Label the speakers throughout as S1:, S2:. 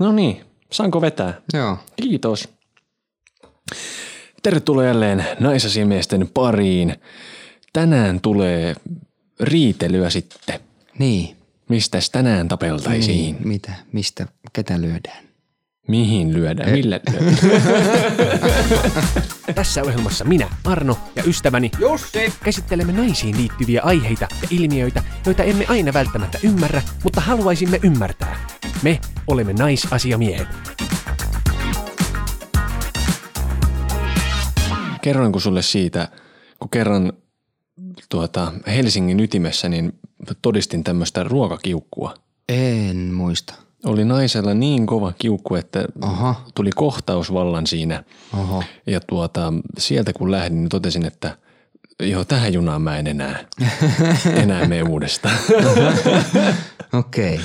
S1: No niin, saanko vetää?
S2: Joo.
S1: Kiitos. Tervetuloa jälleen naisasimiesten pariin. Tänään tulee riitelyä sitten.
S2: Niin.
S1: Mistäs tänään tapeltaisiin?
S2: niin. Mitä? Mistä? Ketä lyödään?
S1: Mihin lyödään? Millä lyödään?
S3: Tässä ohjelmassa minä, Arno ja ystäväni Jussi käsittelemme naisiin liittyviä aiheita ja ilmiöitä, joita emme aina välttämättä ymmärrä, mutta haluaisimme ymmärtää. Me olemme naisasiamiehet.
S1: Kerroinko sulle siitä, kun kerran tuota, Helsingin ytimessä niin todistin tämmöistä ruokakiukkua.
S2: En muista.
S1: Oli naisella niin kova kiukku, että
S2: Aha.
S1: tuli kohtausvallan siinä.
S2: Oho.
S1: Ja tuota, sieltä kun lähdin, niin totesin, että joo, tähän junaan mä en enää, enää mene uudestaan.
S2: Okei.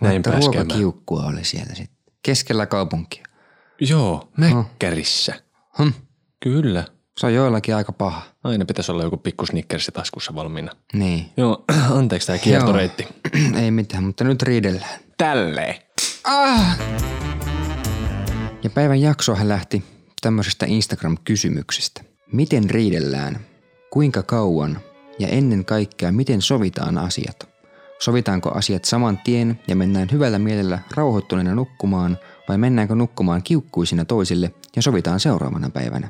S1: Näin
S2: Mutta
S1: pääskemään.
S2: ruokakiukkua oli siellä sitten. Keskellä kaupunkia.
S1: joo, mäkkärissä.
S2: Hm.
S1: Kyllä.
S2: Se on joillakin aika paha.
S1: Aina pitäisi olla joku pikku snickersi taskussa valmiina.
S2: Niin.
S1: Joo, anteeksi tämä kiertoreitti.
S2: Ei mitään, mutta nyt riidellään.
S1: Tälleen.
S2: Ja päivän jaksohan lähti tämmöisestä Instagram-kysymyksestä. Miten riidellään? Kuinka kauan? Ja ennen kaikkea, miten sovitaan asiat? Sovitaanko asiat saman tien ja mennään hyvällä mielellä rauhoittuneena nukkumaan vai mennäänkö nukkumaan kiukkuisina toisille ja sovitaan seuraavana päivänä?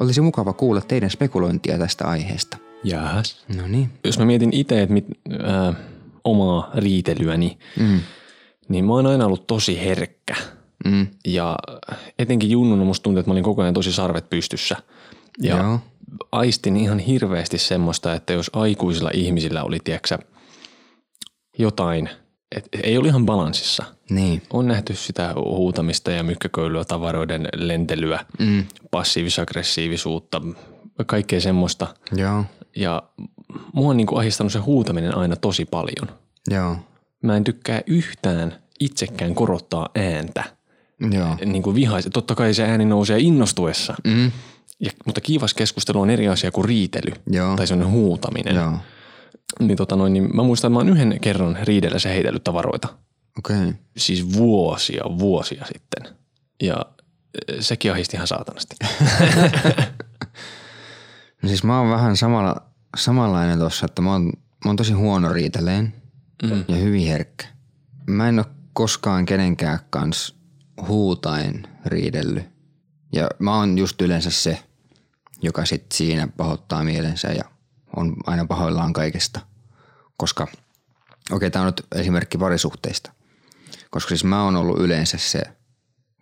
S2: Olisi mukava kuulla teidän spekulointia tästä aiheesta.
S1: Jaas.
S2: No niin.
S1: Jos mä mietin itse, että mit, äh, omaa riitelyäni,
S2: Mm.
S1: niin mä oon aina ollut tosi herkkä.
S2: Mm.
S1: Ja etenkin junnuna musta tuntui, että mä olin koko ajan tosi sarvet pystyssä. Ja
S2: Joo.
S1: aistin ihan hirveästi semmoista, että jos aikuisilla ihmisillä oli, tiedäksä, jotain, et ei ollut ihan balanssissa.
S2: Niin.
S1: On nähty sitä huutamista ja mykkäköilyä, tavaroiden lentelyä,
S2: Mm.
S1: passiivis-aggressiivisuutta, kaikkea semmoista.
S2: Joo.
S1: Ja mua on niin kuin ahdistanut se huutaminen aina tosi paljon.
S2: Joo.
S1: Mä en tykkää yhtään itsekään korottaa ääntä.
S2: Joo.
S1: Niin kuin vihais. Totta kai se ääni nousee innostuessa,
S2: Mm.
S1: ja, mutta kiivas keskustelu on eri asia kuin riitely
S2: Joo.
S1: tai semmoinen huutaminen.
S2: Joo.
S1: Niin, tota noin, niin mä muistan, että mä oon yhden kerran riidellä se heitellyt tavaroita.
S2: Okei. Okay.
S1: Siis vuosia, vuosia sitten. Ja eh, sekin ahisti ihan saatanasti.
S2: No siis mä oon vähän samalla, samanlainen tossa, että mä oon, mä oon tosi huono riiteleen mm. ja hyvin herkkä. Mä en oo koskaan kenenkään kans huutain riidellyt. Ja mä oon just yleensä se, joka sit siinä pahoittaa mielensä ja on aina pahoillaan kaikesta. Koska, okei okay, tää on nyt esimerkki parisuhteista. Koska siis mä oon ollut yleensä se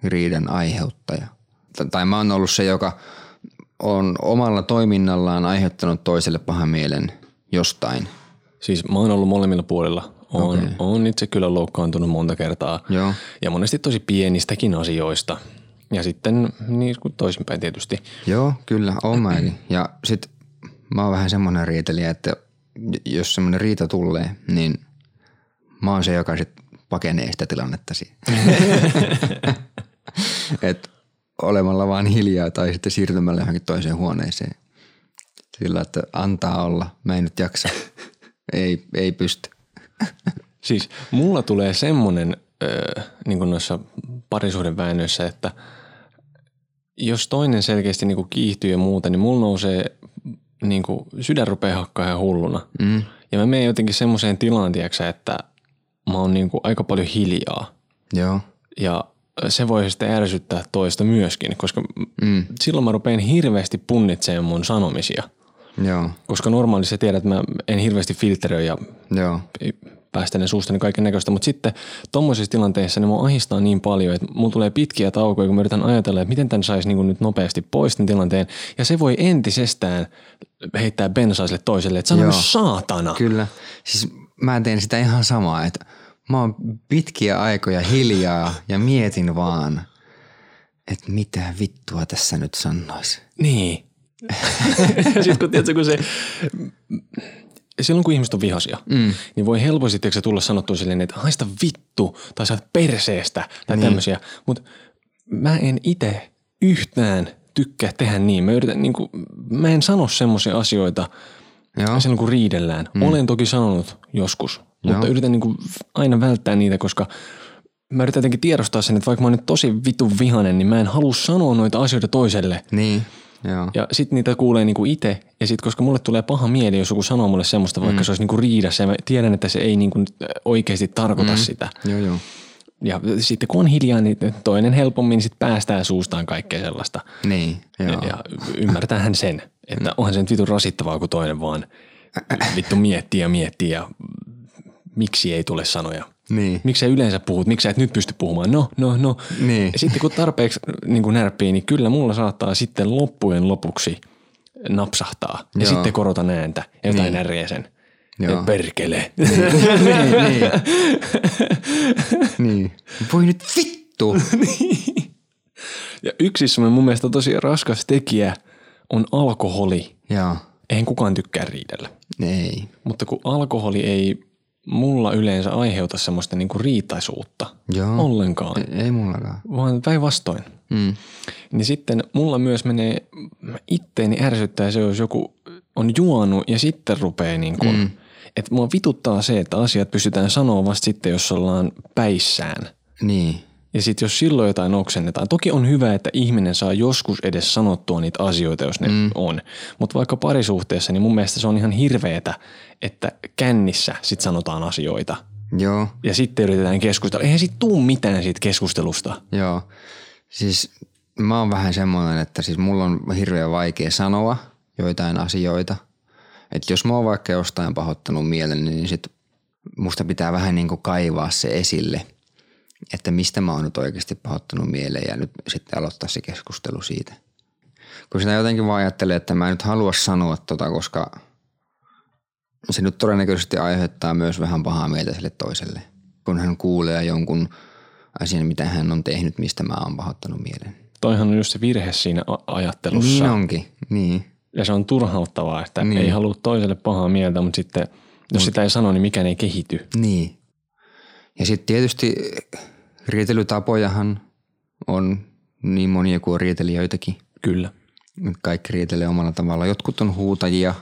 S2: riidan aiheuttaja. T- tai mä oon ollut se, joka on omalla toiminnallaan aiheuttanut toiselle pahan mielen jostain.
S1: Siis mä oon ollut molemmilla puolilla. Oon, okay. oon itse kyllä loukkaantunut monta kertaa.
S2: Joo.
S1: Ja monesti tosi pienistäkin asioista. Ja sitten niin kuin toisinpäin tietysti.
S2: Joo, kyllä, oon mäkin. Ja sit mä oon vähän semmonen riitelijä, että j- jos semmonen riita tulee, niin mä oon se, joka sit pakenee sitä tilannetta siinä. Et olemalla vaan hiljaa tai sitten siirtymällä johonkin toiseen huoneeseen. Sillä, että antaa olla, mä en nyt jaksa. ei, ei pysty.
S1: Siis mulla tulee semmoinen öö, niin kuin noissa parisuhdeväännöissä, että jos toinen selkeästi niin kuin kiihtyy ja muuta, niin mulla nousee niin kuin, sydän rupeaa hakkaa ihan hulluna. Mm. Ja mä menen jotenkin semmoiseen tilaan, tiiäksä, että mä oon niin kuin, aika paljon hiljaa.
S2: Joo,
S1: Ja se voi sitten ärsyttää toista myöskin, koska mm. silloin mä rupean hirveästi punnitsemaan mun sanomisia.
S2: joo,
S1: Koska normaalisti sä tiedät, että mä en hirveästi filteröi ja
S2: joo.
S1: päästelen suustani kaiken näköistä, mutta sitten tuommoisissa tilanteissa ne mua ahistaa niin paljon, että mulla tulee pitkiä taukoja, kun mä yritän ajatella, että miten tämän saisi niin nyt nopeasti pois tämän tilanteen. Ja se voi entisestään heittää bensaa sille toiselle, että sano
S2: Joo.
S1: nyt saatana.
S2: Kyllä. Siis mä teen sitä ihan samaa, että mä oon pitkiä aikoja hiljaa ja mietin vaan, että mitä vittua tässä nyt sanois.
S1: Niin. Sitten kun, tiedätkö, kun se, silloin kun ihmiset on vihaisia, mm. niin voi helposti tiedätkö, tulla sanottua silleen, että haista vittu tai saat perseestä tai niin. tämmöisiä. Mutta mä en itse yhtään tykkää tehdä niin. Mä, yritän, niin kuin, mä en sano semmoisia asioita niinku
S2: Joo.
S1: silloin kun niinku riidellään. Mm. Olen toki sanonut joskus, mutta yritän niin kuin aina välttää niitä, koska mä yritän jotenkin tiedostaa sen, että vaikka mä oon nyt tosi vitun vihanen, niin mä en halua sanoa noita asioita toiselle.
S2: Niin, joo.
S1: Ja sit niitä kuulee niinku itse. Ja sit koska mulle tulee paha mieli, jos joku sanoo mulle semmoista, vaikka mm. se olisi niinku riidassa. Ja mä tiedän, että se ei niinku nyt, äh, oikeasti tarkoita mm. sitä.
S2: Joo, joo.
S1: Ja sitten kun on hiljaa, niin toinen helpommin sit päästää suustaan kaikkea sellaista.
S2: Niin, joo.
S1: Ja y- ymmärtää hän sen, että onhan se nyt vitun rasittavaa, kun toinen vaan vittu miettii ja miettii ja miksi ei tule sanoja.
S2: Niin.
S1: Miksi sä yleensä puhut? Miksi sä et nyt pysty puhumaan? No, no, no.
S2: Niin.
S1: Ja Sitten kun tarpeeksi niin kuin närppii, niin kyllä mulla saattaa sitten loppujen lopuksi napsahtaa. Ja
S2: Joo.
S1: sitten korotan ääntä ja jotain niin. närjää sen.
S2: Joo.
S1: Ja perkele.
S2: niin, niin. niin. Voi nyt vittu!
S1: Ja yksi semmoinen mun mielestä tosi raskas tekijä on alkoholi.
S2: joo,
S1: Eihän kukaan tykkää riidellä.
S2: ei.
S1: Mutta kun alkoholi ei mulla yleensä aiheuta semmoista niinku riitaisuutta
S2: Joo. Niin.
S1: ollenkaan,
S2: Ei, ei mullakaan.
S1: vaan päinvastoin.
S2: Mm.
S1: Niin sitten mulla myös menee, itteeni ärsyttää se, jos joku on juonut ja sitten rupeaa niin kuin, mm. että mua vituttaa se, että asiat pystytään sanoa vasta sitten, jos ollaan päissään.
S2: Niin.
S1: Ja sitten jos silloin jotain oksennetaan, toki on hyvä, että ihminen saa joskus edes sanottua niitä asioita, jos ne mm. on. Mutta vaikka parisuhteessa, niin mun mielestä se on ihan hirveetä, että kännissä sit sanotaan asioita.
S2: Joo,
S1: Ja sitten yritetään keskustella. Eihän siitä tuu mitään siitä keskustelusta.
S2: joo. Siis mä oon vähän semmoinen, että siis mulla on hirveän vaikea sanoa joitain asioita. Että jos mä oon vaikka jostain pahoittanut mielen, niin sit musta pitää vähän niinku kaivaa se esille, että mistä mä oon nyt oikeasti pahoittanut mieleen ja nyt sitten aloittaa se keskustelu siitä. Kun sitä jotenkin vaan ajattelee, että mä en nyt halua sanoa tota, koska se nyt todennäköisesti aiheuttaa myös vähän pahaa mieltä sille toiselle, kun hän kuulee jonkun asian, mitä hän on tehnyt, mistä mä oon pahoittanut mielen.
S1: Toihan on just se virhe siinä a- ajattelussa.
S2: Niin onkin, niin.
S1: Ja se on turhauttavaa, että niin. ei halua toiselle pahaa mieltä, mutta sitten jos sitä ei sano, niin mikään ei kehity.
S2: Niin. Ja sitten tietysti riitelytapojahan on niin monia kuin on riitelijöitäkin.
S1: Kyllä.
S2: Kaikki riitelee omalla tavalla. Jotkut on huutajia,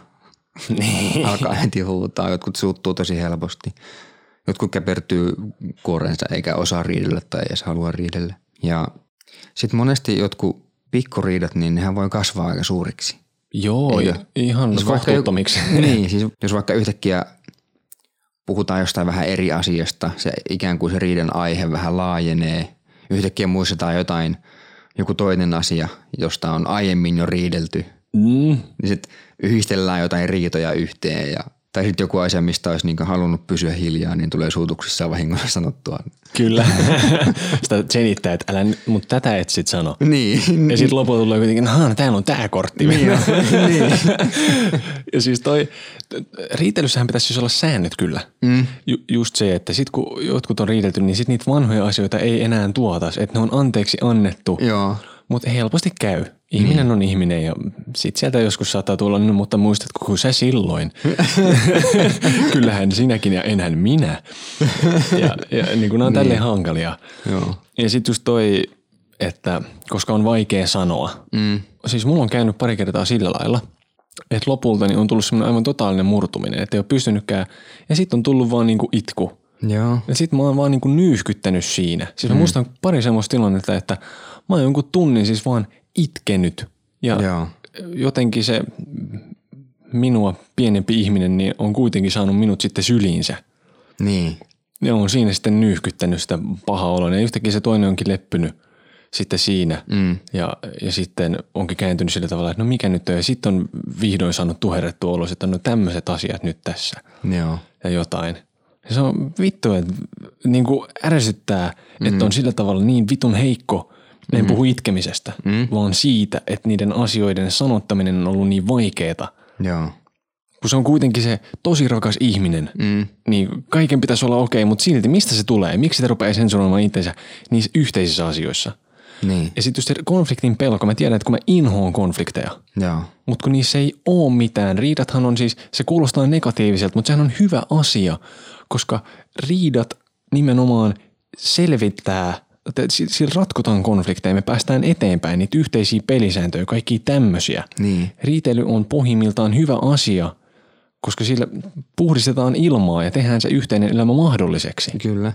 S2: niin. alkaa heti huutaa, jotkut suuttuu tosi helposti. Jotkut käpertyy kuorensa eikä osaa riidellä tai edes halua riidellä. Ja sitten monesti jotkut pikkuriidat, niin nehän voi kasvaa aika suuriksi.
S1: Joo, Eikö? ihan
S2: Jos vaikka joku-
S1: kohtuuttomiksi.
S2: niin, siis jos vaikka yhtäkkiä puhutaan jostain vähän eri asiasta, se ikään kuin se riiden aihe vähän laajenee. Yhtäkkiä muistetaan jotain, joku toinen asia, josta on aiemmin jo riidelty.
S1: Mm,
S2: Niin sitten yhdistellään jotain riitoja yhteen ja tai sitten joku asia, mistä olisi niinku halunnut pysyä hiljaa, niin tulee suutuksissaan vahingossa sanottua.
S1: kyllä. sitä selittää, että älä, mutta tätä et sit sano.
S2: Niin,
S1: Ja sitten lopulta tulee kuitenkin, että täällä on tää kortti.
S2: Niin, niin.
S1: ja siis toi, riitelyssähän pitäisi siis olla säännöt kyllä.
S2: Niin.
S1: Mm. Ju, just se, että sit kun jotkut on riidelty, niin sit niitä vanhoja asioita ei enää tuotas. Että ne on anteeksi annettu.
S2: Joo.
S1: Mutta helposti käy. Ihminen on ihminen ja sit sieltä joskus saattaa tulla, no, mutta muistatko, kun sä silloin. Kyllähän sinäkin ja enhän minä. Ja, ja niin kun nämä on tälleen hankalia.
S2: Joo.
S1: Ja sitten just toi, että koska on vaikea sanoa.
S2: Mm.
S1: Siis mulla on käynyt pari kertaa sillä lailla, että lopulta niin on tullut semmoinen aivan totaalinen murtuminen, että ei ole pystynytkään. Ja sitten on tullut vaan niinku itku.
S2: Joo.
S1: Ja sit mä oon vaan niinku nyyhkyttänyt siinä. Siis mä mm. muistan pari semmoista tilannetta, että mä oon jonkun tunnin siis vaan itkenyt. Ja
S2: Joo.
S1: Joo. jotenkin se minua pienempi ihminen niin on kuitenkin saanut minut sitten syliinsä.
S2: Niin.
S1: Ja on siinä sitten nyyhkyttänyt sitä pahaa oloa. Ja yhtäkkiä se toinen onkin leppynyt sitten siinä. Mm. Ja, ja sitten onkin kääntynyt sillä tavalla, että no mikä nyt on. Ja sitten on vihdoin saanut tuherrettu olo, että no tämmöiset asiat nyt tässä
S2: Joo.
S1: ja jotain. Ja se on vittu, että niin kuin ärsyttää, mm. että on sillä tavalla niin vitun heikko. Ne mm. puhu itkemisestä, mm. vaan siitä, että niiden asioiden sanottaminen on ollut niin vaikeeta.
S2: Joo.
S1: Kun se on kuitenkin se tosi rakas ihminen, mm. niin kaiken pitäisi olla okei, mutta silti mistä se tulee? Miksi sitä rupeaa sensuroimaan itsensä niissä yhteisissä asioissa?
S2: Niin.
S1: Ja sitten just se konfliktin pelko. Mä tiedän, että kun mä inhoon konflikteja,
S2: Joo.
S1: mutta kun niissä ei oo mitään. Riidathan on siis, se kuulostaa negatiiviselta, mutta sehän on hyvä asia, koska riidat nimenomaan selvittää, että si- sillä ratkotaan konflikteja, me päästään eteenpäin, niitä yhteisiä pelisääntöjä, kaikki tämmöisiä.
S2: Niin.
S1: Riitely on pohjimmiltaan hyvä asia, koska sillä puhdistetaan ilmaa ja tehdään se yhteinen elämä mahdolliseksi.
S2: Kyllä.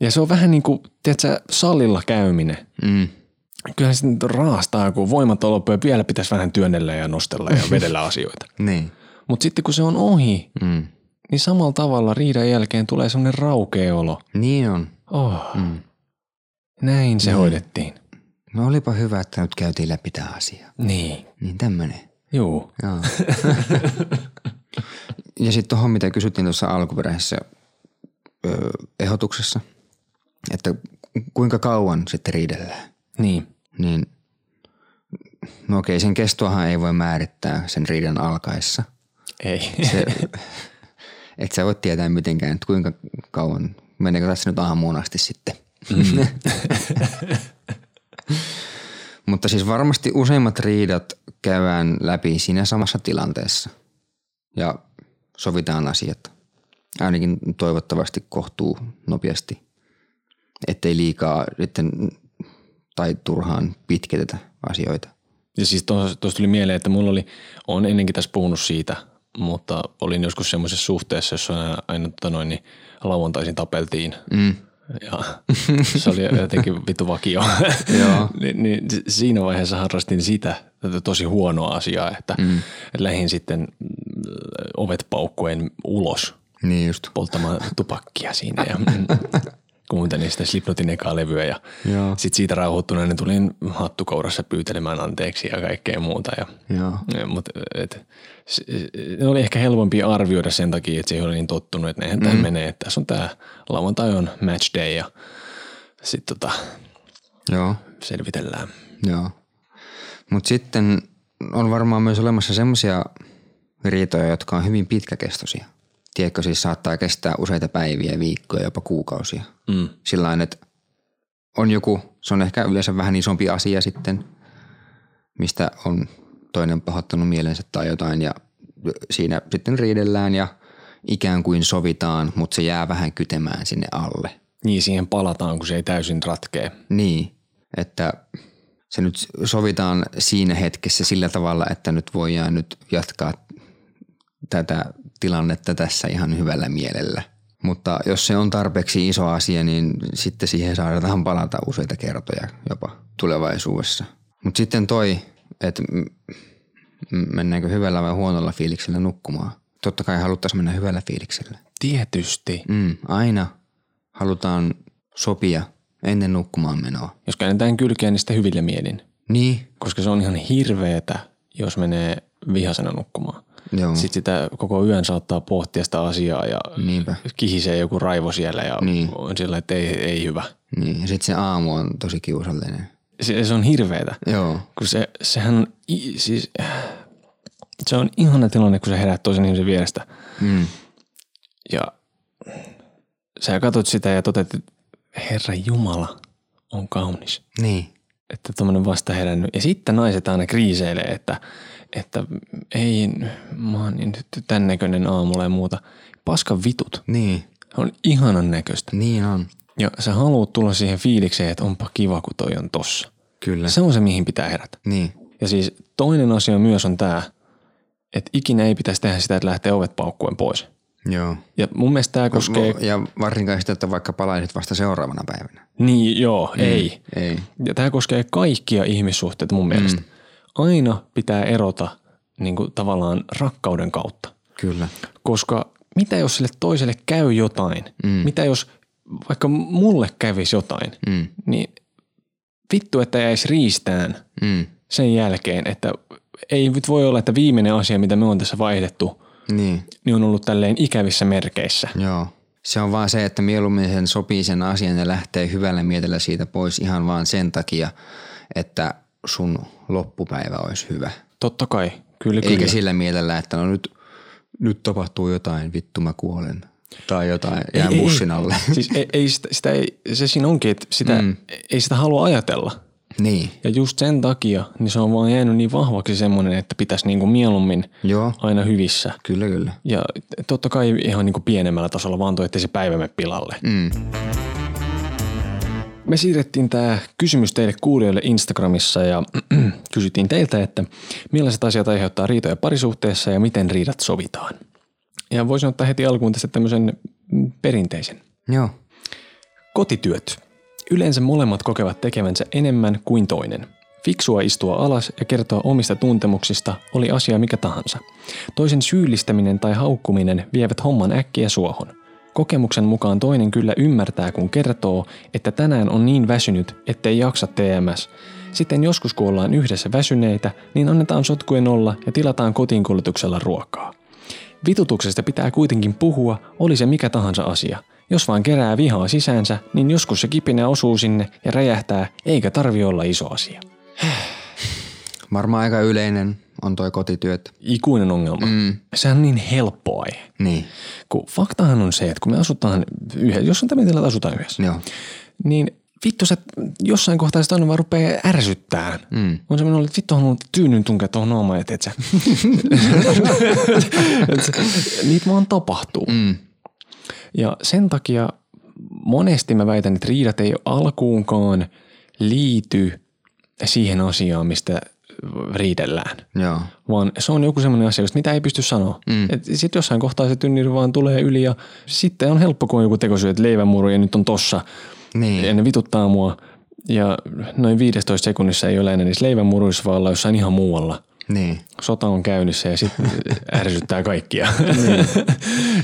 S1: Ja se on vähän niin kuin, tiedätkö, salilla käyminen.
S2: Mm.
S1: Kyllähän se nyt raastaa, kun voimat on loppu ja vielä pitäisi vähän työnnellä ja nostella ja vedellä asioita.
S2: Niin.
S1: Mutta sitten kun se on ohi,
S2: Mm.
S1: niin samalla tavalla riidan jälkeen tulee semmoinen raukea olo.
S2: Niin on.
S1: Oh,
S2: Mm.
S1: näin se
S2: Mm.
S1: hoidettiin.
S2: No olipa hyvä, että nyt käytiin läpi tämä asia.
S1: Niin.
S2: Niin tämmönen.
S1: Juu.
S2: Joo. ja sitten tuohon, mitä kysyttiin tuossa alkuperäisessä ö, ehdotuksessa, että ku- kuinka kauan sitten riidellään,
S1: Niin.
S2: niin no okei, sen kestoahan ei voi määrittää sen riidan alkaessa.
S1: Ei.
S2: Se, et sä voi tietää mitenkään, että kuinka kauan, meneekö tässä nyt aamuun asti sitten. Mm. Mutta siis varmasti useimmat riidat käydään läpi siinä samassa tilanteessa ja sovitaan asiat. Ainakin toivottavasti kohtuu nopeasti, ettei liikaa sitten, tai turhaan pitkitetä asioita.
S1: Ja siis tuosta tuli mieleen, että mulla oli, on ennenkin tässä puhunut siitä, mutta olin joskus semmoisessa suhteessa, jossa aina, aina tota noin, niin lauantaisin tapeltiin.
S2: Mm.
S1: Ja se oli jotenkin vittu vakio.
S2: Joo.
S1: Ni, niin si- siinä vaiheessa harrastin sitä tätä tosi huonoa asiaa, että mm. lähin sitten mm, ovet paukkuen ulos
S2: Niin just.
S1: polttamaan tupakkia siinä ja mm, kuuntelin sitä Slipnotin ekaa levyä ja
S2: Joo.
S1: sitten siitä rauhoittuneena niin tulin hattukourassa pyytelemään anteeksi ja kaikkea muuta. Ja,
S2: Joo.
S1: mutta et, se, ne oli ehkä helpompi arvioida sen takia, että siihen oli niin tottunut, että näinhän tämä mm. menee. Että tässä on tämä lauantai on match day ja sitten tota,
S2: Joo.
S1: selvitellään.
S2: Joo. Mutta sitten on varmaan myös olemassa semmoisia riitoja, jotka on hyvin pitkäkestoisia. Tiedätkö, siis saattaa kestää useita päiviä, viikkoja, jopa kuukausia.
S1: Mm.
S2: Sillain, että on joku, se on ehkä yleensä vähän isompi asia sitten, mistä on toinen pahoittanut mielensä tai jotain ja siinä sitten riidellään ja ikään kuin sovitaan, mutta se jää vähän kytemään sinne alle.
S1: Niin siihen palataan, kun se ei täysin ratkee.
S2: Niin, että se nyt sovitaan siinä hetkessä sillä tavalla, että nyt voidaan nyt jatkaa tätä tilannetta tässä ihan hyvällä mielellä. Mutta jos se on tarpeeksi iso asia, niin sitten siihen saadaan palata useita kertoja jopa tulevaisuudessa. Mutta sitten toi, että m- m- mennäänkö hyvällä vai huonolla fiiliksellä nukkumaan. Totta kai haluttaisiin mennä hyvällä fiiliksellä.
S1: Tietysti.
S2: Mm, aina halutaan sopia ennen nukkumaan menoa.
S1: Jos käännetään kylkeä, niin sitten hyvillä mielin.
S2: Niin,
S1: Koska se on ihan hirveetä, jos menee vihasena nukkumaan.
S2: joo, Sit,
S1: Sitten sitä koko yön saattaa pohtia sitä asiaa ja
S2: niinpä.
S1: kihisee joku raivo siellä ja
S2: Niin.
S1: niin. on sillä, että ei, ei hyvä.
S2: Niin, ja sitten se aamu on tosi kiusallinen.
S1: Se, se on hirveetä.
S2: Joo,
S1: Kun se, sehän on, i- siis, se on ihana tilanne, kun sä herät toisen ihmisen vierestä.
S2: mm,
S1: Ja sä katot sitä ja toteat, että Herra Jumala on kaunis.
S2: niin,
S1: Että tuommoinen vasta herännyt. Ja sitten naiset aina kriiseilee, että, että ei, mä oon niin nyt tän näköinen aamulla ja muuta. Paskan vitut.
S2: niin,
S1: On ihanan näköistä.
S2: niin on,
S1: Ja sä haluat tulla siihen fiilikseen, että onpa kiva, kun toi on tossa.
S2: kyllä.
S1: Se on se, mihin pitää herätä.
S2: Niin,
S1: Ja siis toinen asia myös on tämä, että ikinä ei pitäisi tehdä sitä, että lähtee ovet paukkuen pois.
S2: joo.
S1: Ja mun mielestä tämä koskee...
S2: Vo- Ja varsinkaan sitä, että vaikka palaisit vasta seuraavana päivänä.
S1: Niin, joo,
S2: Mm.
S1: ei.
S2: Ei.
S1: Ja tämä koskee kaikkia ihmissuhteita mun mielestä. Aina pitää erota niin kuin tavallaan rakkauden kautta.
S2: Kyllä.
S1: Koska mitä jos sille toiselle käy jotain? Mm. Mitä jos vaikka mulle kävisi jotain?
S2: Mm,
S1: Niin vittu, että jäisi riistään
S2: mm,
S1: sen jälkeen, että ei nyt voi olla, että viimeinen asia, mitä me on tässä vaihdettu,
S2: niin,
S1: niin on ollut tälleen ikävissä merkeissä.
S2: joo. Se on vaan se, että mieluummin sen sopii sen asian ja lähtee hyvällä mielellä siitä pois ihan vaan sen takia, että sun loppupäivä olisi hyvä.
S1: Totta kai, kyllä
S2: Eikä
S1: kyllä.
S2: sillä mielellä, että no nyt, nyt tapahtuu jotain, vittu mä kuolen. Tai jotain, jää
S1: ei,
S2: bussin alle.
S1: Siis ei, ei sitä, sitä ei, se siinä onkin, että sitä, mm. ei sitä halua ajatella.
S2: niin,
S1: Ja just sen takia, niin se on vaan jäänyt niin vahvaksi semmoinen, että pitäisi niinku mieluummin
S2: joo,
S1: aina hyvissä.
S2: kyllä kyllä.
S1: Ja totta kai ihan niinku pienemmällä tasolla vaan toi, ettei se päivä mene pilalle.
S2: Mm.
S1: Me siirrettiin tämä kysymys teille kuulijoille Instagramissa ja kysyttiin teiltä, että millaiset asiat aiheuttaa riitoja parisuhteessa ja miten riidat sovitaan. Ja voisin ottaa heti alkuun tästä tämmöisen mm, perinteisen.
S2: Joo,
S1: Kotityöt. Yleensä molemmat kokevat tekevänsä enemmän kuin toinen. Fiksua istua alas ja kertoa omista tuntemuksista oli asia mikä tahansa. Toisen syyllistäminen tai haukkuminen vievät homman äkkiä suohon. Kokemuksen mukaan toinen kyllä ymmärtää, kun kertoo, että tänään on niin väsynyt, ettei jaksa TMS. Sitten joskus kun ollaan yhdessä väsyneitä, niin annetaan sotkujen olla ja tilataan kotiinkuljetuksella ruokaa. Vitutuksesta pitää kuitenkin puhua, oli se mikä tahansa asia. Jos vaan kerää vihaa sisäänsä, niin joskus se kipinä osuu sinne ja räjähtää, eikä tarvi olla iso asia.
S2: Varmaan aika yleinen on toi kotityöt.
S1: Ikuinen ongelma. Mm. Sehän on niin helppoa. ei?
S2: Niin,
S1: Kun faktahan on se, että kun me asutaan yhdessä, jos on tämmöinen tilanne, että asutaan yhdessä,
S2: joo.
S1: niin vittu se jossain kohtaa sitä aina vaan rupeaa ärsyttään. Mm. On semmoinen, että vittu on tyynyn tunkea tuohon naamaan, että et sä. Et se- Niitä vaan tapahtuu. Mm. Ja sen takia monesti mä väitän, että riidat ei alkuunkaan liity siihen asiaan, mistä riidellään.
S2: Joo.
S1: Vaan se on joku semmoinen asia, josta mitä ei pysty sanoa. Mm. Sitten jossain kohtaa se tynnyri vaan tulee yli ja sitten on helppo, kun on joku tekosyy, että leivänmuru ja nyt on tossa.
S2: Niin.
S1: Ja ne vituttaa mua. Ja noin 15 sekunnissa ei ole enää niissä leivänmuruissa, vaan ollaan jossain ihan muualla.
S2: Niin.
S1: Sota on käynnissä ja sitten ärsyttää kaikkia.
S2: Niin.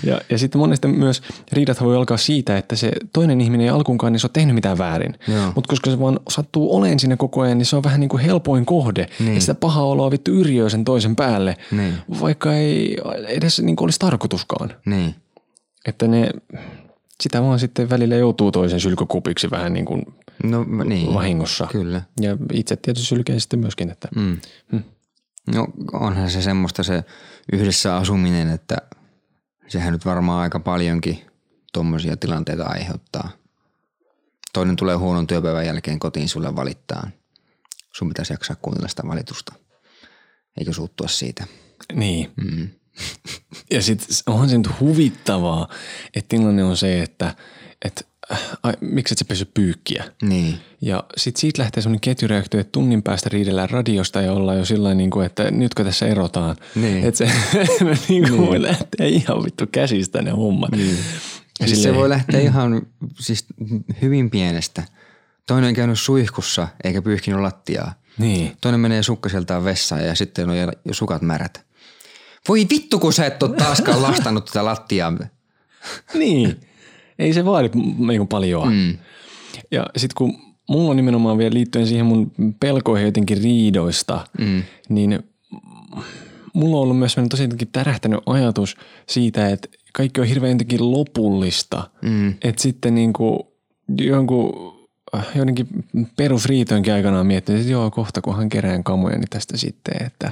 S1: ja, ja sitten monesti myös riidat voi alkaa siitä, että se toinen ihminen ei alkuunkaan niin se ole tehnyt mitään väärin.
S2: Joo.
S1: Mutta koska se vaan sattuu oleen siinä koko ajan, niin se on vähän niin kuin helpoin kohde. Niin. Ja sitä pahaa oloa vittu yrjöi sen toisen päälle,
S2: Niin.
S1: vaikka ei edes niin kuin olisi tarkoituskaan.
S2: Niin.
S1: Että ne, sitä vaan sitten välillä joutuu toisen sylkykupiksi vähän niin kuin
S2: No m- niin.
S1: vahingossa.
S2: Kyllä.
S1: Ja itse tietysti sylkee sitten myöskin, että
S2: Mm. No onhan se semmoista se yhdessä asuminen, että sehän nyt varmaan aika paljonkin tuommoisia tilanteita aiheuttaa. Toinen tulee huonon työpäivän jälkeen kotiin sulle valittaa. Sun pitäisi jaksaa kuunnella sitä valitusta, eikä suuttua siitä.
S1: Niin. Mm. Ja sitten onhan se nyt huvittavaa, että tilanne on se, että, että äh, ai, miksi et sä pesy pyykkiä?
S2: Niin.
S1: Ja sitten siitä lähtee semmoinen ketjureaktio, että tunnin päästä riidellään radiosta ja ollaan jo sillä niin kuin, että nytkö tässä erotaan.
S2: Niin.
S1: Että se niin kuin niin. lähtee ihan vittu käsistä ne hommat. Niin.
S2: Ja siis se voi lähteä ihan siis hyvin pienestä. Toinen on käynyt suihkussa eikä pyyhkinyt lattiaa.
S1: Niin.
S2: Toinen menee sukkaseltaan vessaan ja sitten on jäl- sukat märät. Voi vittu, kun sä et ole taaskaan lastanut tätä lattiaa. Mm,
S1: Niin. Ei se vaadi meikun paljoa. Mm. Ja sitten kun mulla on nimenomaan vielä liittyen siihen mun pelkoihin jotenkin riidoista, mm. niin mulla on ollut myös sellainen tosi jotenkin tärähtänyt ajatus siitä, että kaikki on hirveän jotenkin lopullista. Mm. Että sitten niin kuin jonkun joidenkin perusriitoinkin aikanaan miettinyt, että joo, kohta kunhan kerään kamoja, niin tästä sitten, että,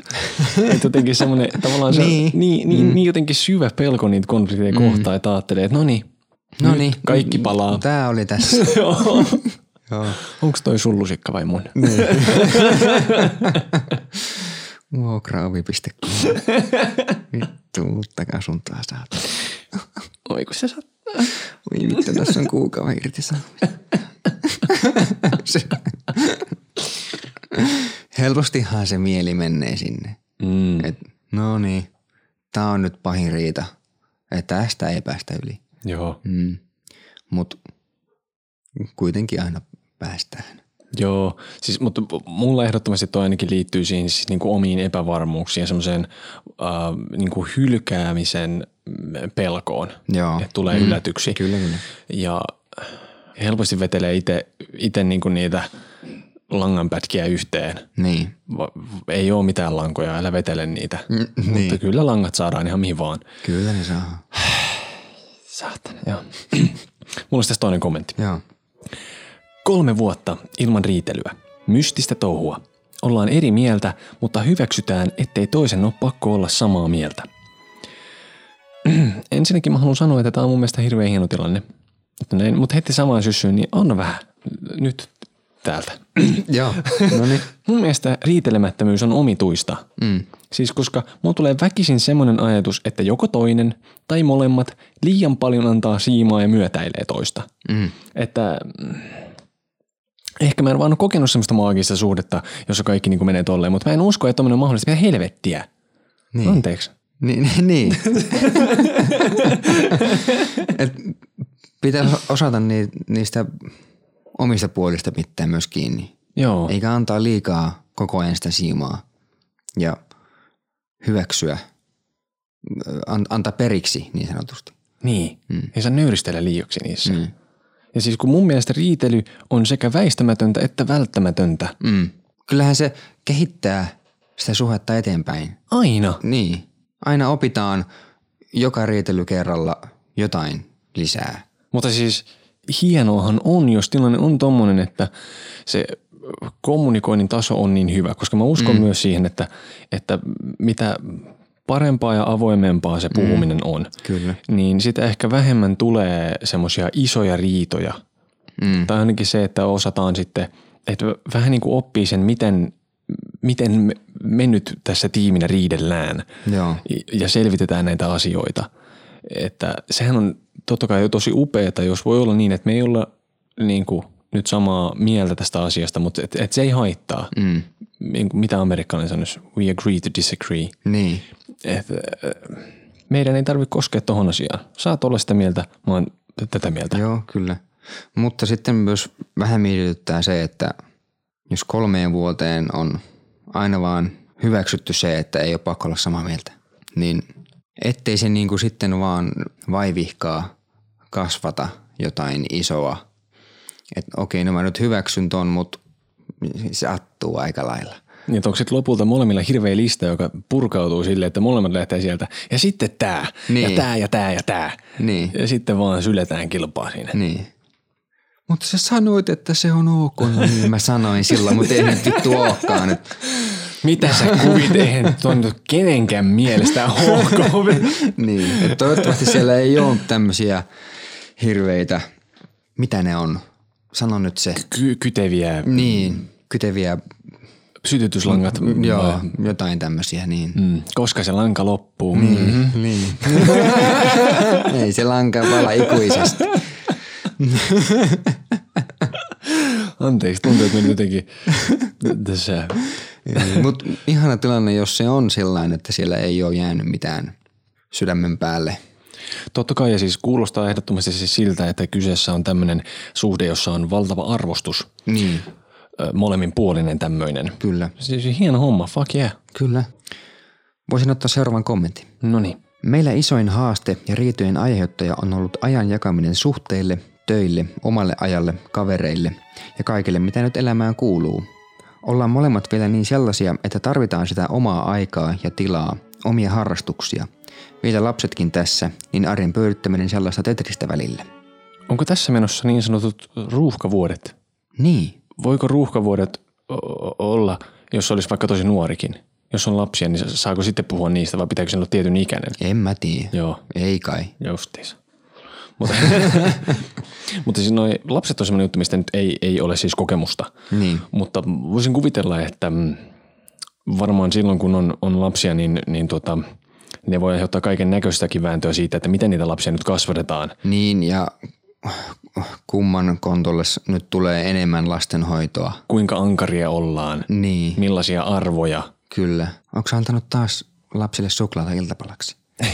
S1: että jotenkin semmoinen tavallaan se niin.
S2: Niin.
S1: Niin, niin, mm. niin jotenkin syvä pelko niitä konflikteja mm. kohtaan, että ajattelee, että no niin,
S2: No niin.
S1: kaikki palaa.
S2: Tää oli tässä.
S1: Onko toi sullusikka vai mun?
S2: Vuokraovi.com. Vittu, mutta asuntoa saat.
S1: Oi kun se sattuu.
S2: Voi vittu, tässä on kuukauden irtisanomista. Se- Helpostihan se mieli menee sinne.
S1: Mm.
S2: Et, no niin, tää on nyt pahin riita. Et tästä ei päästä yli.
S1: Joo.
S2: Mm. Mutta kuitenkin aina päästään.
S1: Joo, siis, mutta mulla ehdottomasti toi ainakin liittyy siihen siis niin kuin omiin epävarmuuksiin ja semmoiseen äh, niin kuin hylkäämisen mm, pelkoon.
S2: Joo.
S1: Että tulee mm. yllätyksi.
S2: Kyllä, kyllä.
S1: Ja helposti vetelee itse niin kuin niitä langanpätkiä yhteen.
S2: Niin.
S1: Va- Ei ole mitään lankoja, älä vetele niitä. Mm, mutta niin. kyllä langat saadaan ihan mihin vaan.
S2: Kyllä ne saa.
S1: Saatana, joo. Mulla olisi tässä toinen kommentti.
S2: Joo.
S1: Kolme vuotta ilman riitelyä. Mystistä touhua. Ollaan eri mieltä, mutta hyväksytään, ettei toisen ole pakko olla samaa mieltä. Ensinnäkin mä haluan sanoa, että tämä on mun mielestä hirveän hieno tilanne. Mutta näin- Mutta heti samaan syssyyn, niin on vähän nyt täältä.
S2: Joo. No niin.
S1: Mun mielestä riitelemättömyys on omituista. Mm. Siis koska mulla tulee väkisin semmoinen ajatus, että joko toinen tai molemmat liian paljon antaa siimaa ja myötäilee toista. Mm. Että mm, ehkä mä en vaan ole kokenut semmoista maagista suhdetta, jossa kaikki niin menee tolleen, mutta mä en usko, että tommonen on mahdollista. Mitä helvettiä? Niin. Anteeksi.
S2: Niin. niin, niin. Et pitää osata ni, niistä omista puolista pitää myös kiinni.
S1: Joo,
S2: Eikä antaa liikaa koko ajan sitä siimaa ja hyväksyä, ö, an, antaa periksi niin sanotusti.
S1: niin. Mm. Ei saa nöyristellä liioksi niissä.
S2: Mm.
S1: Ja siis kun mun mielestä riitely on sekä väistämätöntä että välttämätöntä.
S2: Mm. Kyllähän se kehittää sitä suhetta eteenpäin.
S1: Aina.
S2: Niin. Aina opitaan joka riitely kerralla jotain lisää.
S1: Mutta siis hienoahan on, jos tilanne on tommonen, että se kommunikoinnin taso on niin hyvä, koska mä uskon mm. myös siihen, että, että mitä parempaa ja avoimempaa se puhuminen mm. on,
S2: Kyllä.
S1: niin sitä ehkä vähemmän tulee semmoisia isoja riitoja. Mm. Tai ainakin se, että osataan sitten, että vähän niin kuin oppii sen, miten, miten me- me nyt tässä tiiminä riidellään
S2: Joo.
S1: ja selvitetään näitä asioita. Että sehän on totta kai jo tosi upeeta, jos voi olla niin, että me ei olla niin kuin nyt samaa mieltä tästä asiasta, mutta et, et se ei haittaa. Mm. Mitä amerikkalainen sanoisi? We agree to disagree.
S2: Niin.
S1: Et, äh, meidän ei tarvitse koskea tohon asiaan. Saat olla sitä mieltä, mä oon t- tätä mieltä.
S2: Joo, kyllä. Mutta sitten myös vähän mietityttää se, että jos kolmeen vuoteen on aina vaan hyväksytty se, että ei ole pakko olla samaa mieltä, niin ettei se niin kuin sitten vaan vaivihkaa kasvata jotain isoa. Että okei, no mä nyt hyväksyn ton, mutta se attuu aika lailla.
S1: Niin, että onko sitten lopulta molemmilla hirveä lista, joka purkautuu sille, että molemmat lähtee sieltä. Ja sitten tää, niin. ja
S2: Niin.
S1: tää, ja tää, ja tää.
S2: Niin.
S1: Ja sitten vaan syletään kilpaa siinä.
S2: Niin. Mutta sä sanoit, että se on ok. No niin, mä sanoin silloin, mutta ei nyt vittu olekaan nyt.
S1: Mitä sä kuvit? Eihän nyt ole nyt kenenkään mielestä HKV.
S2: niin, et toivottavasti siellä ei ole tämmöisiä hirveitä, mitä ne on, sano nyt se,
S1: Ky- kyteviä
S2: niin, kyteviä,
S1: sytytyslangat.
S2: joo, jotain tämmöisiä, niin.
S1: Mm, koska se lanka loppuu. Mm.
S2: Mm. niin. ei se lanka pala ikuisesti.
S1: Anteeksi, tuntuu, että me nyt jotenkin tässä.
S2: Mutta ihana tilanne, jos se on sellainen, että siellä ei ole jäänyt mitään sydämen päälle.
S1: Totta kai ja siis kuulostaa ehdottomasti siis siltä, että kyseessä on tämmöinen suhde, jossa on valtava arvostus.
S2: Niin,
S1: Ö, Molemminpuolinen tämmöinen.
S2: kyllä,
S1: Siis hieno homma, fuck yeah.
S2: kyllä. Voisin ottaa seuraavan kommentin.
S1: No niin.
S2: Meillä isoin haaste ja riitojen aiheuttaja on ollut ajan jakaminen suhteille, töille, omalle ajalle, kavereille ja kaikille, mitä nyt elämään kuuluu. Ollaan molemmat vielä niin sellaisia, että tarvitaan sitä omaa aikaa ja tilaa, omia harrastuksia. Vielä lapsetkin tässä, niin arjen pyörittäminen sellaista tetristä välillä.
S1: Onko tässä menossa niin sanotut ruuhkavuodet?
S2: Niin,
S1: Voiko ruuhkavuodet o- o- olla, jos olisi vaikka tosi nuorikin? Jos on lapsia, niin sa- saako sitten puhua niistä vai pitääkö sen olla tietyn ikäinen?
S2: en mä tiedä.
S1: Joo,
S2: Ei kai.
S1: justiis. Mutta, mutta siis noi lapset on sellainen juttu, mistä nyt ei, ei ole siis kokemusta.
S2: Niin.
S1: Mutta voisin kuvitella, että mm, varmaan silloin kun on, on lapsia, niin, niin tota, ne voi aiheuttaa kaiken näköistäkin vääntöä siitä, että miten niitä lapsia nyt kasvatetaan.
S2: Niin ja kumman kontolle s- nyt tulee enemmän lastenhoitoa.
S1: Kuinka ankaria ollaan,
S2: Niin.
S1: millaisia arvoja.
S2: Kyllä. Onko sä antanut taas lapsille suklaata iltapalaksi?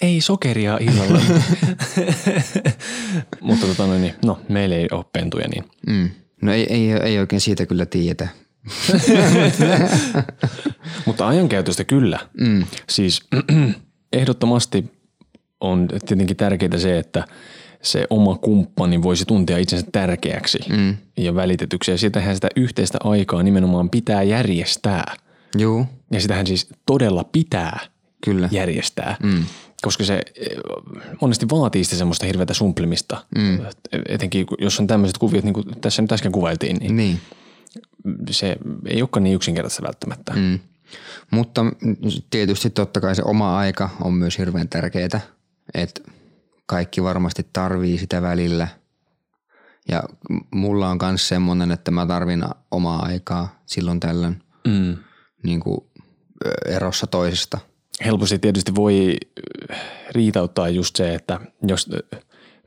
S1: ei sokeria illalla. Mutta tota noin, niin, no, meillä ei ole pentuja, niin
S2: Mm. No ei, ei, ei oikein siitä kyllä tiedetä.
S1: Mutta ajankäytöstä kyllä. Mm. Siis ehdottomasti on tietenkin tärkeää se, että se oma kumppani voisi tuntea itsensä tärkeäksi mm. ja välitetyksi. Ja sitähän sitä yhteistä aikaa nimenomaan pitää järjestää.
S2: Juu,
S1: Ja sitähän siis todella pitää
S2: kyllä.
S1: järjestää, mm. koska se eh, monesti vaatii sitä semmoista hirveätä sumplimista. Mm. Etenkin kun- jos on tämmöiset kuviot, niin kuin tässä nyt äsken kuvailtiin, niin
S2: Niin.
S1: se ei olekaan niin yksinkertaista välttämättä. Mm.
S2: Mutta mm, tietysti totta kai se oma aika on myös hirveän tärkeää, että kaikki varmasti tarvii sitä välillä. Ja m- mulla on myös semmoinen, että mä tarvin a- omaa aikaa silloin tällöin mm. niin kuin erossa toisesta.
S1: helposti tietysti voi äh, riitauttaa just se, että jos äh,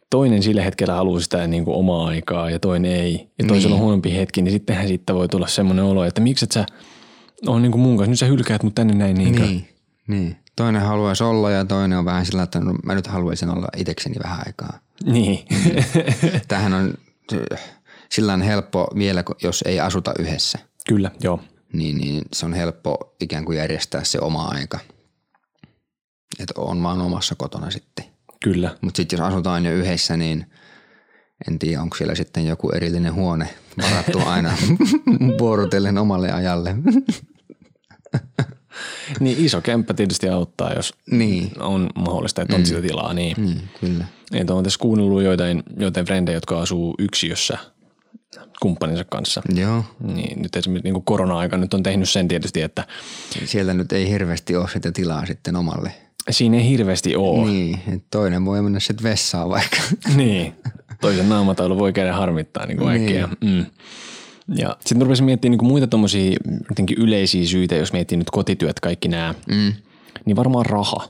S1: toinen sillä hetkellä haluaa sitä niin kuin omaa aikaa ja toinen ei, ja toisella on huonompi hetki, niin sittenhän siitä voi tulla semmoinen olo, että miksi et sä on niin kuin mun kanssa, nyt sä hylkäät mut tänne näin niinkö? Niin.
S2: Niin. Toinen haluaisi olla ja toinen on vähän sillä, että no, mä nyt haluaisin olla itekseni vähän aikaa.
S1: Niin.
S2: Tähän on sillä on helppo vielä, kun- jos ei asuta yhdessä,
S1: Kyllä, joo.
S2: niin, niin se on helppo ikään kuin järjestää se oma aika. Että on vaan omassa kotona sitten.
S1: Kyllä.
S2: Mutta sitten jos asutaan jo yhdessä, niin en tiedä, onko siellä sitten joku erillinen huone varattu aina vuorotellen omalle ajalle.
S1: Niin iso kämppä tietysti auttaa, jos
S2: niin, Mm.
S1: on mahdollista, että on sitä tilaa. Niin.
S2: niin, kyllä.
S1: Että olen tässä kuunnellut joitain, joitain frendejä, jotka asuu yksiössä kumppaninsa kanssa.
S2: Joo,
S1: Niin, nyt esimerkiksi niin korona-aika nyt on tehnyt sen tietysti, että
S2: siellä nyt ei hirveästi ole sitä tilaa sitten omalle.
S1: siinä ei hirveästi ole.
S2: Niin, et toinen voi mennä sitten vessaan vaikka.
S1: Niin. Toisen naamataulu voi käydä harmittaa niin kuin äkkiä. Mm. Ja sitten rupesin miettimään niin kuin muita tommosia jotenkin yleisiä syitä, jos miettii nyt kotityöt, kaikki nämä. Mm. Niin varmaan raha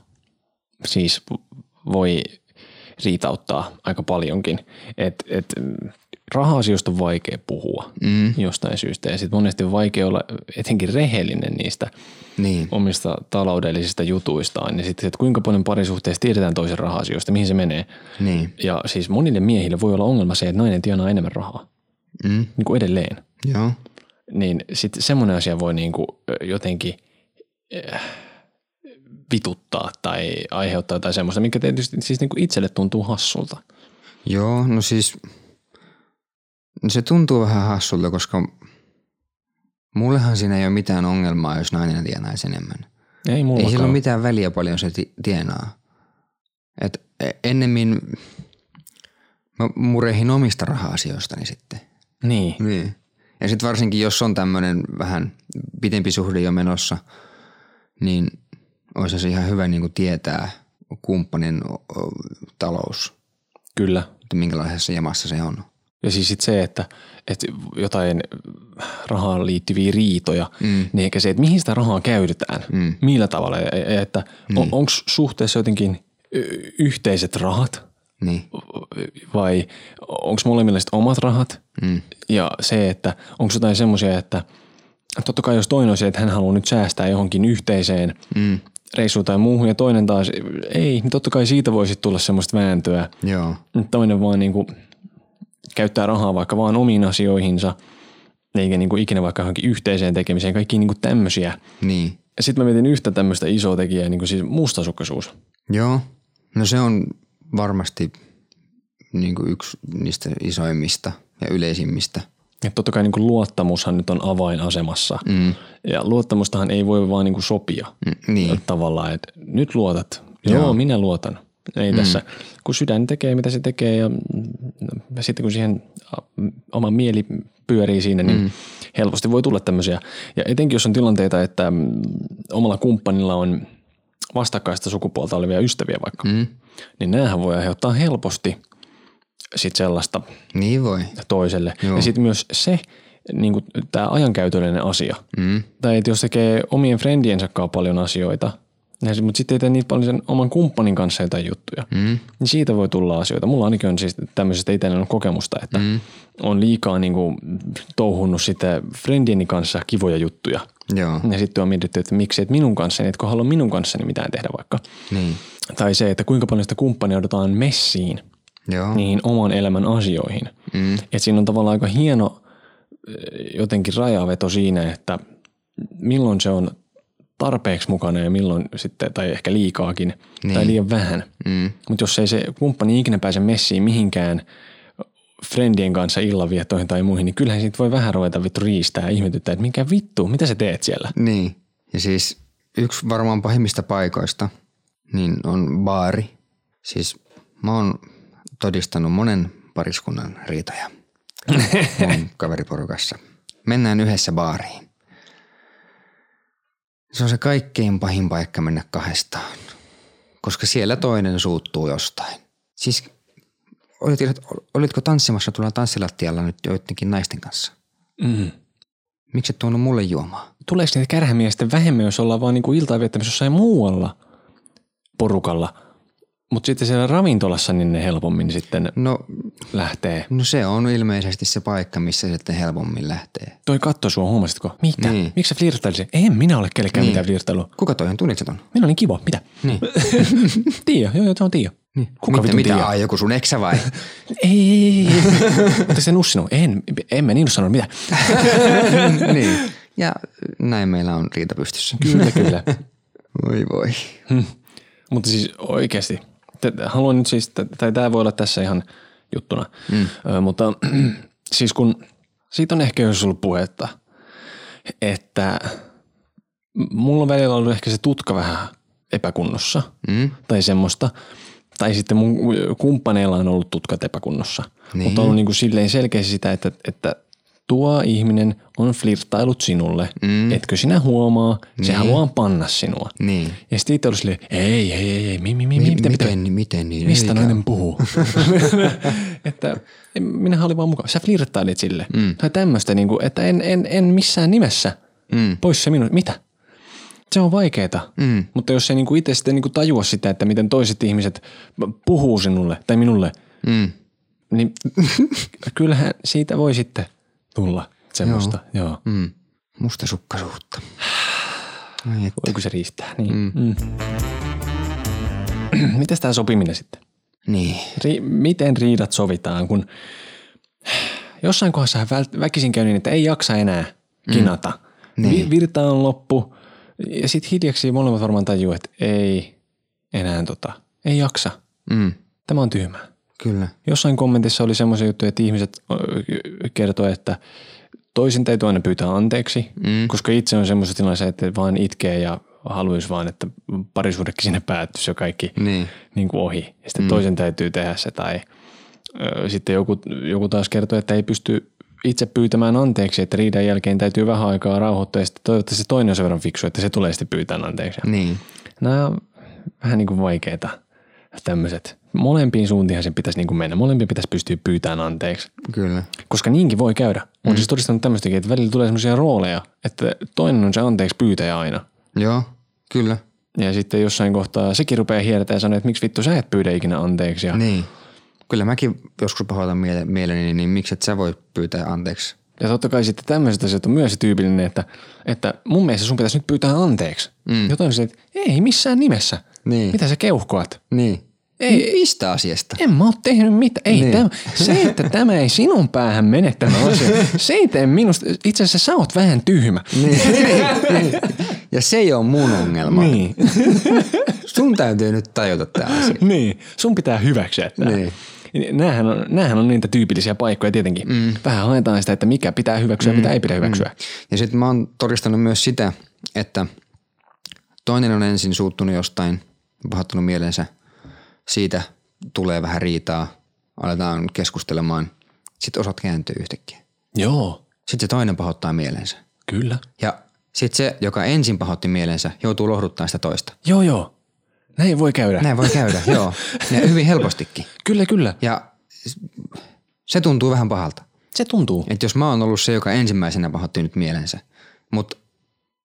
S1: siis voi riitauttaa aika paljonkin. Et, et, mm, raha-asioista on vaikea puhua mm. jostain syystä. Ja sitten monesti on vaikea olla etenkin rehellinen niistä
S2: Niin,
S1: omista taloudellisista jutuistaan. Ja sitten, että kuinka paljon parisuhteessa tiedetään toisen raha-asioista, mihin se menee.
S2: niin.
S1: Ja siis monille miehille voi olla ongelma se, että nainen tienaa enemmän rahaa.
S2: Mm.
S1: Niin kuin edelleen.
S2: Joo,
S1: Niin sitten semmoinen asia voi niin kuin jotenkin äh, vituttaa tai aiheuttaa jotain semmoista, mikä tietysti siis niin kuin itselle tuntuu hassulta.
S2: joo, no siis no se tuntuu vähän hassulta, koska mullehan siinä ei ole mitään ongelmaa, jos nainen tienaisi enemmän.
S1: Ei
S2: Ei sillä
S1: mullakaan.
S2: ole
S1: Mit-
S2: mitään väliä paljon se ti- tienaa. Et e- ennemmin mä murehin omista raha-asioistani sitten.
S1: niin,
S2: Niin. Ja sitten varsinkin, jos on tämmöinen vähän pitempi suhde jo menossa, niin olisi se ihan hyvä niin tietää kumppanin o, o, talous,
S1: kyllä.
S2: että minkälaisessa jamassa se on.
S1: Ja siis sit se, että, että jotain rahaan liittyviä riitoja, mm. niin eikä se, että mihin sitä rahaa käytetään, mm. millä tavalla, ja- ja että mm. on, onko suhteessa jotenkin ö, yhteiset rahat,
S2: Niin,
S1: vai onko molemmilla sit omat rahat? Mm. Ja se, että onko jotain semmoisia, että totta kai jos toinen on se, että hän haluaa nyt säästää johonkin yhteiseen mm. reissuun tai muuhun ja toinen taas ei, niin totta kai siitä voisi tulla semmoista vääntöä.
S2: joo.
S1: Toinen vaan niinku käyttää rahaa vaikka vaan omiin asioihinsa, eikä niinku ikinä vaikka johonkin yhteiseen tekemiseen, kaikki niinku tämmöisiä.
S2: Niin,
S1: Sitten mä mietin yhtä tämmöistä isoa tekijää, niin kuin siis mustasukkaisuus.
S2: joo. No se on varmasti niin kuin yksi niistä isoimmista ja yleisimmistä.
S1: Ja totta kai niin kuin luottamushan nyt on avainasemassa. Mm. Ja luottamustahan ei voi vaan niin kuin sopia
S2: Mm, niin,
S1: tavallaan, että nyt luotat. Joo, Joo minä luotan. Ei mm. tässä, kun sydän tekee mitä se tekee ja mm, sitten kun siihen a, m, oma mieli pyörii siinä, niin mm. helposti voi tulla tämmöisiä. Ja etenkin jos on tilanteita, että mm, omalla kumppanilla on vastakkaista sukupuolta olevia ystäviä vaikka, mm. niin näähän voi aiheuttaa helposti sit sellaista
S2: niin voi.
S1: toiselle. Joo. Ja sitten myös se, niin tämä ajankäytöllinen asia. Mm. Tai että jos tekee omien frendiensä kanssa paljon asioita, niin mutta sitten ei tee niitä paljon sen oman kumppanin kanssa jotain juttuja. Mm. Niin siitä voi tulla asioita. Mulla ainakin on siis tämmöisestä itselleni on kokemusta, että mm. on liikaa niin kuin, touhunnut sitä friendieni kanssa kivoja juttuja.
S2: Joo,
S1: Ja sitten on mietitty, että miksi et minun kanssani, etkö halua minun kanssani mitään tehdä vaikka.
S2: niin,
S1: Tai se, että kuinka paljon sitä kumppania odotetaan messiin
S2: joo,
S1: niihin oman elämän asioihin. Mm. Et siinä on tavallaan aika hieno ö, jotenkin rajaveto siinä, että milloin se on tarpeeksi mukana ja milloin sitten, tai ehkä liikaakin, niin. tai liian vähän. Mm. Mutta jos ei se kumppani ikinä pääse messiin mihinkään friendien kanssa illanviettoihin tai muihin, niin kyllähän siitä voi vähän ruveta vittu riistää ja ihmetyttää, että minkä vittu, mitä sä teet siellä?
S2: niin. Ja siis yksi varmaan pahimmista paikoista niin on baari. Siis mä oon todistanut monen pariskunnan riitoja mun kaveriporukassa. Mennään yhdessä baariin. Se on se kaikkein pahin paikka mennä kahdestaan, koska siellä toinen suuttuu jostain. Siis olitko, olitko tanssimassa tuolla tanssilattialla nyt joidenkin naisten kanssa?
S1: Mm.
S2: Miksi et tuonut mulle juomaa?
S1: Tuleeko niitä kärhämiä sitten vähemmän, jos ollaan vaan niinku iltaa viettämässä jossain muualla porukalla? Mutta sitten siellä ravintolassa niin ne helpommin sitten
S2: No,
S1: lähtee.
S2: no se on ilmeisesti se paikka, missä sitten helpommin lähtee.
S1: Toi katto sua, huomasitko? Mitä?
S2: Niin.
S1: Niin. Miksi sä flirttailisit? En minä ole kellekään niin. mitään flirttailua.
S2: Kuka toi on? Tunnitset on?
S1: Minä olin kiva, mitä?
S2: Niin.
S1: Tiia, joo joo, se on Tiia.
S2: Niin.
S1: Kuka
S2: mitä,
S1: vitun
S2: mitä
S1: tiedä?
S2: ai, joku sun eksä vai?
S1: Ei, ei, ei, ei. Mutta se nussinut. En, en mä niin sanonut mitään.
S2: niin. Ja näin meillä on riita pystyssä.
S1: Kyllä, kyllä.
S2: Voi voi.
S1: Mutta siis oikeasti, t- haluan nyt siis, t- tai tämä voi olla tässä ihan juttuna, mm. ö, mutta siis kun, siitä on ehkä jos ollut puhetta, että m- mulla on välillä ollut ehkä se tutka vähän epäkunnossa mm. tai semmoista, tai sitten mun kumppaneilla on ollut tutkat epäkunnossa, niin. mutta on ollut niin kuin silleen selkeästi sitä, että, että tuo ihminen on flirttailut sinulle, mm. etkö sinä huomaa, niin. se haluaa panna sinua.
S2: Niin.
S1: Ja sitten itse oli silleen, ei, ei, ei, ei, mi, mi, mi, mi, mitä, mitä,
S2: miten, miten niin?
S1: mistä
S2: Ei
S1: nainen puhuu? että en- minähän olin vaan mukaan. Sä flirttailit sille. Mm. Tai tämmöistä, niin kuin, että en, en, en missään nimessä. Mm. Pois se minun. Mitä? Se on vaikeeta. Mm. Mutta jos ei niin itse sitten niin kuin tajua sitä, että miten toiset ihmiset puhuu sinulle tai minulle, mm. niin kyllähän siitä voi sitten tulla semmoista. Joo. Joo. Mm.
S2: Mm. Mustasukkaisuutta. Ai et.
S1: Voiko se riistää? Niin. Mm. Mm. Mitäs tämä sopiminen sitten?
S2: Niin.
S1: Ri- miten riidat sovitaan, kun jossain kohdassa väl- väkisin käy niin, että ei jaksa enää kinata. Mm. Vi- virta on loppu ja sitten hiljaksi molemmat varmaan tajuu, että ei enää tota, ei jaksa.
S2: Mm.
S1: Tämä on tyhmää.
S2: Kyllä.
S1: Jossain kommentissa oli semmoisia juttuja, että ihmiset ö, kertoo, että toisin täytyy aina pyytää anteeksi, mm. koska itse on semmoisessa tilanteessa, että vaan itkee ja haluaisi vaan, että parisuudekin sinne päättyisi jo kaikki
S2: Niin.
S1: niin kuin ohi. Ja sitten mm. toisen täytyy tehdä se tai ö, sitten joku, joku taas kertoo, että ei pysty itse pyytämään anteeksi, että riidan jälkeen täytyy vähän aikaa rauhoittua ja sitten toivottavasti toinen on sen verran fiksu, että se tulee sitten pyytämään anteeksi.
S2: Niin.
S1: Nämä on No, vähän niin kuin vaikeita tämmöiset. Molempiin suuntiinhan sen pitäisi niin kuin mennä. Molempien pitäisi pystyä pyytämään anteeksi,
S2: Kyllä.
S1: koska niinkin voi käydä. Olen
S2: Mm.
S1: siis todistanut tämmöistäkin, että välillä tulee semmoisia rooleja, että toinen on se anteeksi pyytäjä aina.
S2: Joo. Kyllä.
S1: Ja sitten jossain kohtaa sekin rupeaa hiertämään ja sanoo, että miksi vittu sä et pyydä ikinä anteeksi. Ja,
S2: Niin. Kyllä mäkin joskus pahoitan miele- mieleni, niin miksi et sä voi pyytää anteeksi?
S1: ja totta kai sitten tämmöiset asiat on myös se tyypillinen, että, että mun mielestä sun pitäisi nyt pyytää anteeksi. Mm. Jotain se, että ei missään nimessä.
S2: Niin.
S1: Mitä sä keuhkoat?
S2: Niin. Ei. Mistä asiasta?
S1: En mä oo tehnyt mitään. Ei
S2: Niin.
S1: niin. tämä, se, että tämä ei sinun päähän mene tämä asia, se ei tee minusta, itse asiassa sä oot vähän tyhmä.
S2: Ja se ei ole mun ongelma.
S1: Niin.
S2: Sun täytyy nyt tajuta tämä asia.
S1: niin. Sun pitää hyväksyä tämä.
S2: Niin.
S1: Niin. Nämähän on, nämähän on niitä tyypillisiä paikkoja tietenkin. Mm. Vähän haetaan sitä, että mikä pitää hyväksyä, mm. mitä ei pidä hyväksyä.
S2: Ja sitten mä oon todistanut myös sitä, että toinen on ensin suuttunut jostain, pahattunut mielensä. Siitä tulee vähän riitaa, aletaan keskustelemaan. Sitten osat kääntyy yhtäkkiä.
S1: Mm. Joo,
S2: Sitten se toinen pahoittaa mielensä.
S1: kyllä.
S2: Ja sitten se, joka ensin pahoitti mielensä, joutuu lohduttaa sitä toista.
S1: Joo, joo. Näin voi käydä.
S2: Näin voi käydä, joo. Ja hyvin helpostikin.
S1: Kyllä, kyllä.
S2: Ja se tuntuu vähän pahalta.
S1: Se tuntuu.
S2: Että jos mä oon ollut se, joka ensimmäisenä pahoitti nyt mielensä, mutta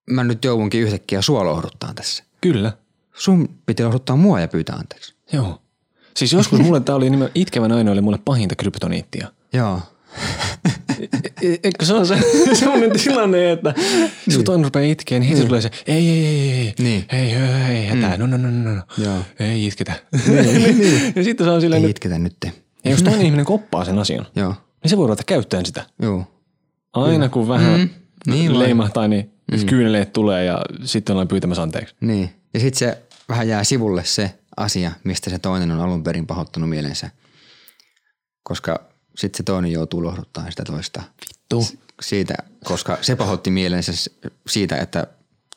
S2: mä nyt joudunkin yhtäkkiä sua lohduttaa tässä.
S1: Kyllä.
S2: Sun piti lohduttaa mua ja pyytää anteeksi.
S1: Joo. Siis joskus mulle tämä oli nimen itkevä nainen oli mulle pahinta kryptoniittia.
S2: Joo.
S1: E- Eikö se on se, semmoinen tilanne, että niin. kun toinen rupeaa itkeä, niin heti tulee se, ei, ei, ei, ei,
S2: Niin.
S1: ei, ei, ei, ei, hätää, no, no, no, no, no.
S2: Joo.
S1: ei itketä. Niin. ja sitten se on silleen,
S2: Ei
S1: että,
S2: itketä nytte.
S1: ja jos toinen ihminen koppaa sen asian,
S2: Joo.
S1: niin se voi ruveta käyttämään sitä.
S2: Joo.
S1: Aina kun vähän mm.
S2: Niin
S1: niin
S2: vai.
S1: leimahtaa, niin mm. kyyneleet tulee ja sitten ollaan pyytämässä anteeksi.
S2: Niin. Ja sitten se vähän jää sivulle se asia, mistä se toinen on alun perin pahoittanut mielensä. Koska sitten se toinen joutuu lohduttamaan sitä toista.
S1: Tuu.
S2: Siitä, koska se pahoitti mielensä s- siitä, että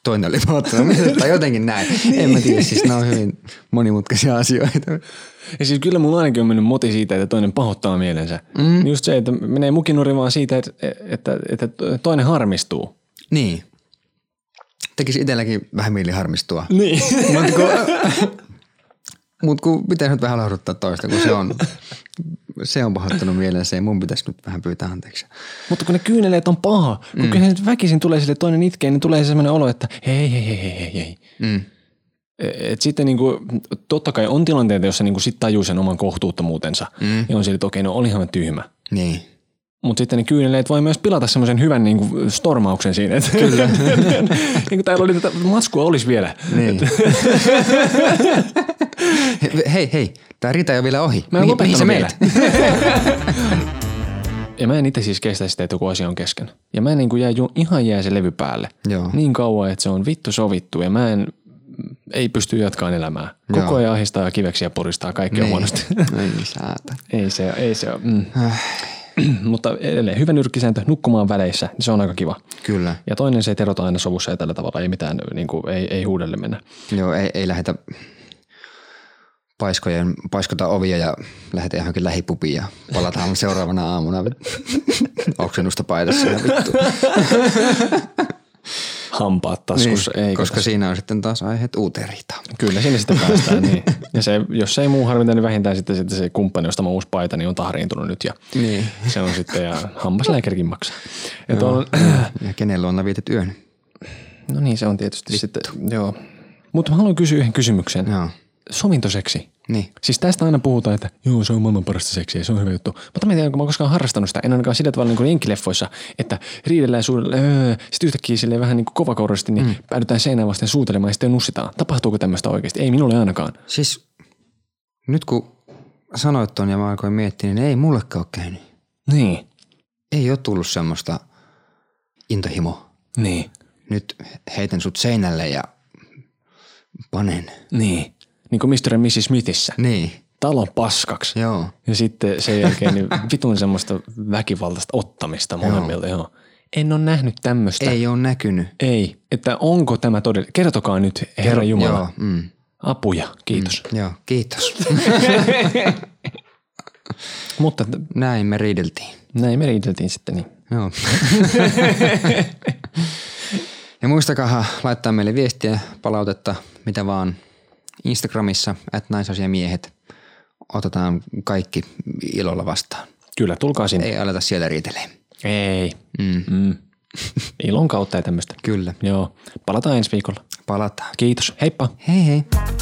S2: toinen oli pahoittanut mielensä. Tai jotenkin näin.
S1: Niin.
S2: En mä tiedä, siis nämä on hyvin monimutkaisia asioita.
S1: Ja siis kyllä mulla ainakin on mennyt moti siitä, että toinen pahoittaa mielensä. Mm. Just se, että menee mukinuri vaan siitä, että, että, että toinen harmistuu.
S2: Niin. Tekisi itselläkin vähän mieli harmistua.
S1: Niin.
S2: Mutta kun, mut kun pitäisi nyt vähän lohduttaa toista, kun se on, se on pahoittanut mielensä ja mun pitäisi nyt vähän pyytää anteeksi.
S1: Mutta kun ne kyyneleet on paha, kun mm. kyllä se nyt väkisin tulee sille toinen itkeen, niin tulee semmoinen olo, että hei, hei, hei, hei, hei, hei.
S2: Mm.
S1: Et sitten niinku, totta kai on tilanteita, jossa niinku sit tajuu sen oman kohtuuttomuutensa. Mm. Ja on sille, että okei, no olihan mä tyhmä.
S2: Niin.
S1: Mutta sitten ne kyyneleet voi myös pilata semmoisen hyvän niinku stormauksen siinä. Et, Kyllä. niinku täällä oli tätä, matskua olisi vielä.
S2: Niin. hei, hei, tää Rita ei ole vielä ohi.
S1: Mä en
S2: mihin sä
S1: lopettanut vielä.
S2: meet?
S1: ja mä en itse siis kestä sitä, että joku asia on kesken. Ja mä niin kuin jää, ju- ihan jää se levy päälle.
S2: Joo.
S1: Niin kauan, että se on vittu sovittu ja mä en, ei pysty jatkaan elämää. Koko
S2: Joo.
S1: ajan ahistaa ja kiveksiä puristaa kaikkea niin. huonosti.
S2: Ei saata.
S1: ei se, ei se ole. Mm. Mutta edelleen hyvä nyrkkisääntö, nukkumaan väleissä, niin se on aika kiva.
S2: Kyllä.
S1: Ja toinen se, että erota aina sovussa ja tällä tavalla, ei mitään, niin kuin, ei, ei huudelle mennä.
S2: Joo, ei, ei lähetä paiskojen, paiskota ovia ja lähetä johonkin lähipubiin ja palataan seuraavana aamuna oksennusta paidassa ja vittu.
S1: Hampaat taskussa, ei
S2: Niin, koska siinä on sitten taas aiheet uuteen riitaan.
S1: Niin, Kyllä sinne sitten päästään, niin. Ja se, jos ei muu harmita, niin vähintään sitten, sitten se kumppani ostama uusi paita, niin on tahriintunut nyt ja
S2: Niin.
S1: se on sitten, ja hammaslääkärikin maksaa. Ja tuon,
S2: Ja kenen luona vietit yön?
S1: no niin, se on tietysti Vittu. sitten, joo. Mutta mä haluan kysyä yhden kysymyksen.
S2: Joo.
S1: Sovintoseksi.
S2: Niin.
S1: Siis tästä aina puhutaan, että joo, se on maailman parasta seksiä, se on hyvä juttu. Mutta mä en tiedä, onko mä koskaan harrastanut sitä, en ainakaan sillä tavalla niin kuin jenkkileffoissa, että riidellään suudella, öö, sitten yhtäkkiä silleen vähän niin kuin kovakourisesti, niin mm. päädytään seinään vasten suutelemaan ja sitten nussitaan. Tapahtuuko tämmöistä oikeasti? Ei minulle ainakaan.
S2: Siis nyt kun sanoit ton ja mä alkoin miettiä, niin ei mullekaan ole käynyt.
S1: Niin.
S2: Ei ole tullut semmoista intohimo.
S1: Niin.
S2: Nyt heitän sut seinälle ja panen.
S1: Niin. Niin kuin Mr. ja Mrs. Smithissä.
S2: Niin,
S1: Talo paskaksi. Ja,
S2: joo.
S1: ja sitten sen jälkeen niin vitun semmoista väkivaltaista ottamista molemmilta. Joo. En ole nähnyt tämmöistä.
S2: Ei ole näkynyt.
S1: Ei. Että onko tämä todella... Kertokaa nyt, Herra Jumala.
S2: Joo, mm,
S1: Apuja, kiitos. Mm.
S2: joo, kiitos.
S1: Mutta t-
S2: Näin me riideltiin.
S1: näin me riideltiin sitten. Niin.
S2: Joo. ja muistakaa laittaa meille viestiä, palautetta, mitä vaan. Instagramissa, at naisasiamiehet. Otetaan kaikki ilolla vastaan.
S1: Kyllä, tulkaa sinne.
S2: Ei aleta siellä riitelee.
S1: Ei. Ei. Mm. Mm. Ilon kautta ja tämmöistä.
S2: Kyllä,
S1: Joo. Palataan ensi viikolla.
S2: palataan.
S1: Kiitos. Heippa.
S2: Hei hei.